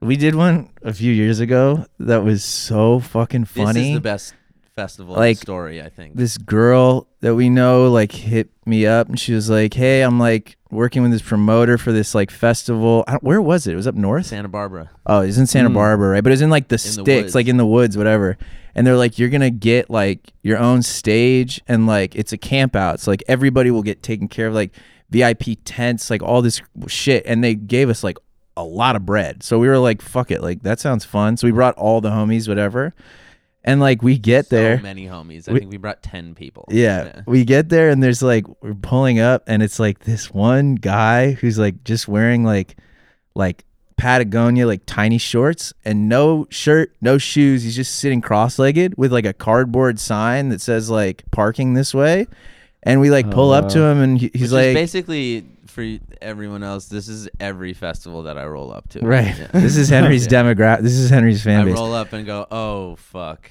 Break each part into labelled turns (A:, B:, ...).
A: We did one a few years ago that was so fucking funny.
B: This is the best festival
A: Like,
B: story, I think.
A: this girl that we know like hit me up and she was like, "Hey, I'm like working with this promoter for this like festival. I don't, where was it? It was up north.
B: Santa Barbara.
A: Oh, it was in Santa
B: Mm.
A: Barbara, right? But it was in like the
B: the
A: sticks, like
B: woods.
A: in the woods, whatever. And they're like, "You're gonna get like your own stage and like it's a camp out. So like everybody will get taken care of, like VIP tents, like all this shit." And they gave us like a lot of bread, so we were like, "Fuck it, like that sounds fun." So we brought all the homies, whatever. And like we get
B: so
A: there,
B: many homies. I
A: We-
B: think we brought ten people.
A: yeah, we get there and there's like we're pulling up and it's like this one guy who's like just wearing like like Patagonia like tiny shorts and no shirt, no shoes. He's just sitting cross-legged with like a cardboard sign that says like parking this way. And we like
C: Oh,
A: pull up to
C: wow.
A: him and he-
B: Uh, Which
A: he's
B: is
A: like
B: basically for y- everyone else. This is every festival that I roll up to.
A: right.
B: Yeah.
A: This is Henry's demographic. This is Henry's
B: I
A: fan base.
B: roll up and go, oh fuck,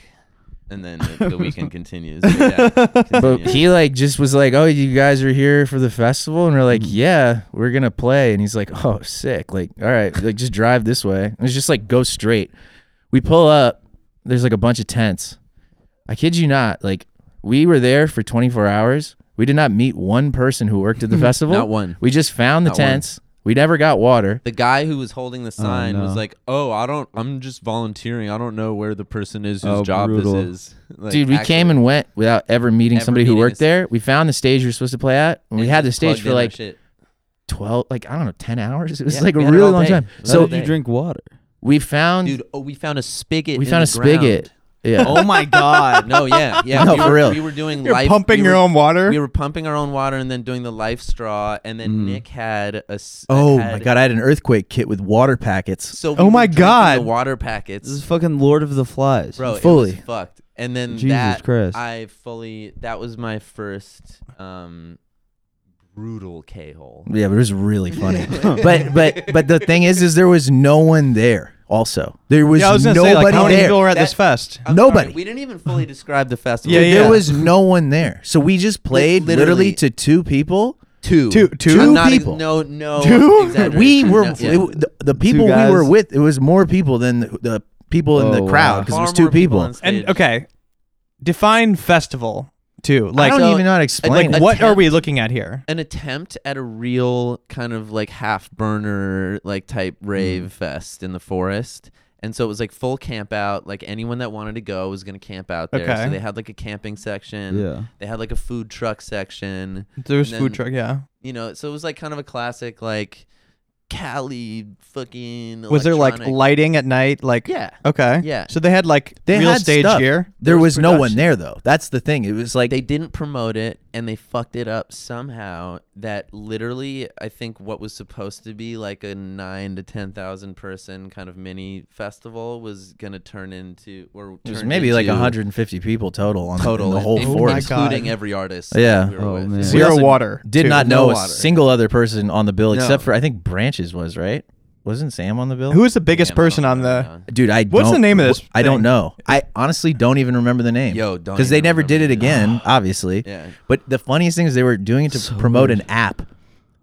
B: and then the, the weekend continues. But yeah,
A: but
B: continue.
A: he like just was like, "Oh, you guys are here for the festival," and we're like,
B: Mm-hmm.
A: "Yeah, we're gonna play." And he's like, "Oh, sick! Like, all right, like just drive this way." And it's just like go straight. We pull up. There's like a bunch of tents. I kid you not. Like we were there for 24 hours. We did not meet one person who worked at the festival.
B: Not one.
A: We just found the
B: Not one.
A: tents. We never got water.
B: the guy who was holding the sign
C: no.
B: was like, "Oh, I don't. I'm just volunteering. I don't know where the person is whose
C: Oh,
B: job
C: brutal.
B: this is." Like,
A: Dude, we
B: actually,
A: came and went without ever meeting
B: Ever
A: somebody who
B: meeting
A: worked
B: us.
A: there. We found the stage we were supposed to play at, and we
B: and
A: had the
B: just
A: stage
B: plugged
A: for
B: in our
A: like
B: shit.
A: 12 like i don't know 10 hours it was
B: Yeah,
A: like a
B: we had it
A: really
B: all
A: long
B: day.
A: time
B: Let
C: So
A: so
B: all
C: did you
B: day.
C: drink water?
A: we found
B: dude. Oh, we found a spigot.
A: we
B: in
A: found a
B: the ground.
A: spigot yeah
C: Oh my god!
B: No, yeah, yeah.
A: No,
B: we
A: for
B: were,
A: real.
B: We were doing
D: You're
B: life.
D: pumping
B: we
D: your
B: were,
D: own water.
B: We were pumping our own water, and then doing the life straw, and then
C: Mm.
B: Nick had a. s-
A: oh
B: had-
A: my god i had an earthquake kit with water packets
B: So we
D: Oh
B: were
D: my
B: drinking
D: God.
B: The water
C: This is
B: packets,
C: fucking Lord of the Flies.
B: bro.
A: fully.
B: It was fucked. And then
C: Jesus
B: that
C: Christ.
B: I fully. That was my first um, brutal k hole.
A: yeah but it was really funny but but but the thing is is there was no one there also there was,
D: yeah, I was gonna
A: nobody
D: say like how many
A: there
D: people were at this
B: That-
D: fest?
B: I'm
A: Nobody.
B: sorry, we didn't even fully describe the festival.
D: Yeah,
A: Dude,
D: yeah.
A: there was no one there so we just played literally,
B: Literally.
A: to two people
B: Two.
D: Two- two
B: I'm not ex-
A: people.
B: No, no.
D: Two?
B: exaggeration,
A: we were
B: no, yeah.
A: it- the, the people we
C: guys?
A: were with it was more people than the, the people in
C: Oh,
A: the
C: wow.
A: crowd because
B: Far
A: it was two
B: more
A: people,
B: on stage.
D: And okay, define festival too.
A: i
D: Like,
A: don't
B: so-
A: even know how to explain
D: like
A: it.
B: a
D: what are
B: tent.
D: we looking at here?
B: an attempt at a real kind of like half burner like type
D: Mm-hmm.
B: rave fest in the forest. And so it was like full camp out. Like anyone that wanted to go was gonna camp out there.
D: Okay.
B: So they had like a camping section.
C: Yeah.
B: They had like a food truck section.
D: There was
B: And
D: food
B: then-
D: truck. Yeah.
B: You know, so it was like kind of a classic like Cali fucking.
D: Was there like
B: electronic-
D: lighting at night? Like
B: yeah.
D: Okay.
B: Yeah.
D: So they had like
A: They
D: real
A: had
D: stage
A: stuff.
D: gear.
A: there,
B: There
A: was,
B: was
A: no one
B: production.
A: there though. That's the thing. It was like
B: they didn't promote it and they fucked it up somehow that literally i think what was supposed to be like a 9 to 10,000 person kind of mini festival was going to turn into or
A: it was
B: turned
A: maybe like
B: into
A: 150 people total on total
B: total Oh
A: the
B: in-
A: whole
B: in-
D: Oh my
A: forest.
D: God.
B: including every artist
A: Yeah.
B: that we were
C: Oh,
B: with.
C: man.
A: So we
D: Zero
A: also
D: water.
A: Did
D: too.
A: not know
B: No
A: a
B: water.
A: single other person on the bill
B: No.
A: except for I think Branches was right. Wasn't Sam on the bill?
D: Who was the biggest
B: Damn, I don't
D: person on
B: know.
D: the?
A: Dude, I
D: What's
A: don't-
D: the name of this
A: I don't
D: thing?
A: know. I honestly don't even remember the name.
B: Yo, don't
A: because they
B: even
A: never did it
B: remember.
A: again, obviously.
B: yeah
A: But the funniest thing is they were doing it to
C: So
A: promote
C: weird.
A: an app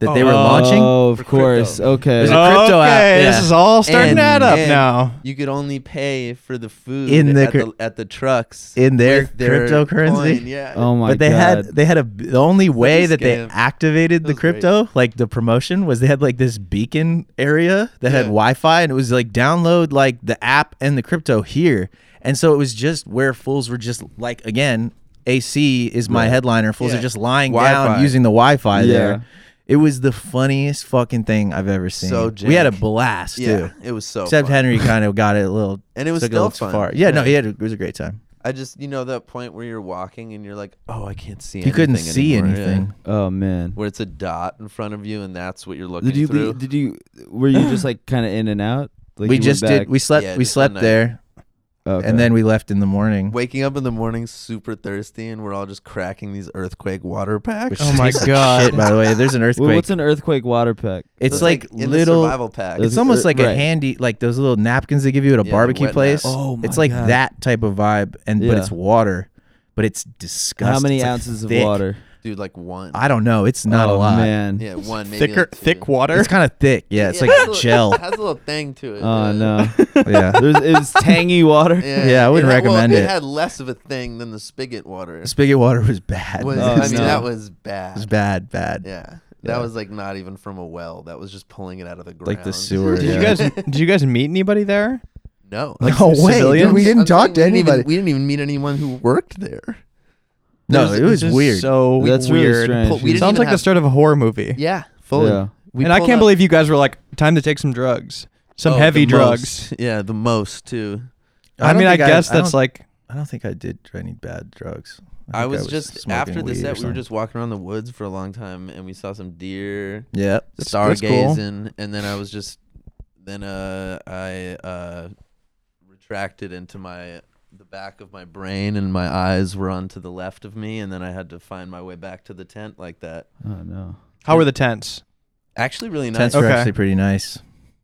A: that they were
D: Oh.
A: launching.
C: Oh, of
B: For
C: course.
B: crypto.
C: Okay.
A: There's a crypto
D: okay,
A: app, yeah.
D: This is all starting
B: And-
D: to add up
B: and
D: now.
B: you could only pay for the food
A: In the
B: at,
A: cr-
B: the, at the trucks
A: in their
B: with their
A: cryptocurrency?
B: coin, yeah
C: oh my god.
A: but they had they had a the only way that they
B: scam.
A: activated the
B: was great.
A: crypto like the promotion was they had like this beacon area that had
B: Yeah.
A: wi-fi and it was like download like the app and the crypto here and so it was just where fools were just like again ac is my headliner fools are
B: Yeah.
A: just lying down
B: Wi-Fi.
A: using the wi-fi
C: Yeah.
A: there it was the funniest fucking thing i've ever seen
B: So
A: we had a
B: jank.
A: blast
B: yeah
A: too
B: it was so
A: except
B: fun.
A: henry kind of got it a little
B: and it was
A: took a
B: still
A: little
B: fun
A: far yeah, no he had a, it was a great time
B: I just you know that point where you're walking and you're like, oh, I can't see.
A: he couldn't
B: anything
A: see
B: anymore," yeah.
A: anything
C: Oh man.
B: Where it's a dot in front of you and that's what you're looking
C: Did you?
B: through.
C: Did you? Were you just like kind of in and out? Like
A: we
C: you went
A: just did.
C: back-
A: We slept.
B: Yeah,
A: we
B: just one
A: slept
B: night.
A: there,
C: Okay.
A: and then we left in the morning.
B: Waking up in the morning super thirsty and we're all just cracking these earthquake water packs.
A: which
D: Oh my
A: tastes like
D: God.
A: Shit, by the way, there's an
C: Well,
A: earthquake.
C: what's an earthquake water pack?
A: it's
B: Those,
A: like,
B: in the
A: little.
B: survival pack.
C: Those
A: It's
C: are-
A: almost like a
C: right.
A: handy, like those little napkins they give you at a
B: Yeah, the
A: barbecue
B: wet
A: place.
B: nap.
C: Oh my
A: it's like
C: God.
A: that type of vibe, and
C: Yeah.
A: but it's water, but it's disgusting.
C: How many
A: It's, like,
C: ounces
A: thick.
C: of water?
B: dude, like one.
A: I don't know. It's not a
C: oh,
A: lot.
C: Man.
B: yeah, one. Maybe
D: Thicker,
B: like two.
D: thick water.
A: It's kind of thick. Yeah, it's
B: Yeah,
A: like
B: has a little-
A: gel.
B: Has a little thing to it.
C: Oh
B: dude.
C: no.
A: yeah.
C: There's it was tangy water.
A: uh, Yeah, I wouldn't
B: had- well,
A: recommend
B: It
A: it.
B: had less of a thing than the spigot water.
A: Spigot water was bad.
B: Was-
A: man.
B: I
C: Oh,
B: mean,
C: no.
B: that was
A: it
B: bad.
A: was bad, bad.
B: Yeah. That
A: Yeah.
B: was like not even from a well. That was just pulling it out of the ground.
A: Like the sewer,
D: did you
A: yeah.
D: guys did you guys meet anybody there?
B: No.
A: Like No way, civilians? dude, we didn't talk to
B: we didn't even-
A: anybody.
B: we didn't even meet anyone who worked there.
A: No,
D: There's-
A: it was
D: it's just
A: weird.
D: So
C: That's really
D: weird.
C: strange.
B: Pull- we didn't
D: Sounds
B: even
D: like the
B: have-
D: start of a horror movie.
B: Yeah. Fully.
C: Yeah.
B: We
D: and I
B: pulled
D: can't
B: up-
D: believe you guys were like, time to take some drugs, some
B: Oh,
D: heavy
B: the
D: drugs.
B: most. Yeah, the most too.
D: I,
A: don't
D: mean, I
A: think
D: guess
A: I
D: that's
A: don't-
D: like
A: I don't think I did any bad drugs. think
B: I was, just
A: smoking
B: after the
A: weed or
B: set. We were
A: something.
B: just walking around the woods for a long time, and we saw some deer,
A: yeah.
B: stargazing,
A: that's cool.
B: and then I was just then uh I uh retracted into my the back of my brain, and my eyes were on to the left of me, and then I had to find my way back to the tent like that.
C: Oh no.
D: how were the tents?
B: Actually, really nice.
A: Tents were
D: Okay.
A: actually pretty nice.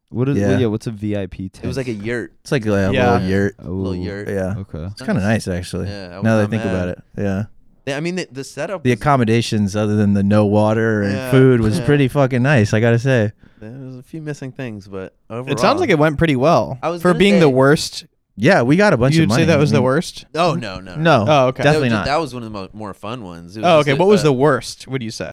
C: What is?
A: Yeah.
C: Yeah. What's a VIP tent?
B: It was like a yurt,
A: It's like a little
D: Yeah.
A: yurt.
C: oh,
B: little yurt.
A: Yeah.
C: Okay.
A: It's kind of nice actually.
B: Yeah. was
A: now that I
B: not
A: think
B: mad.
A: about it. Yeah.
B: Yeah, I mean, the, the setup.
A: The
B: was-
A: accommodations other than the no water and
B: Yeah,
A: food was
B: yeah.
A: pretty fucking nice, I got to say.
B: there was a few missing things, but overall,
D: It sounds like it went pretty well
B: I was
D: for
B: gonna
D: being
B: say-
D: the worst.
A: Yeah, we got a bunch of
D: You'd
A: money.
D: say that
A: I
D: was the
A: mean-
D: worst.
B: Oh no, no,
A: No.
D: Oh okay.
A: Definitely
B: that, was-
A: not.
B: That was one of the mo- more fun ones. It
D: Oh okay.
B: just
D: What
B: a-
D: was
B: a-
D: the worst? Would you say?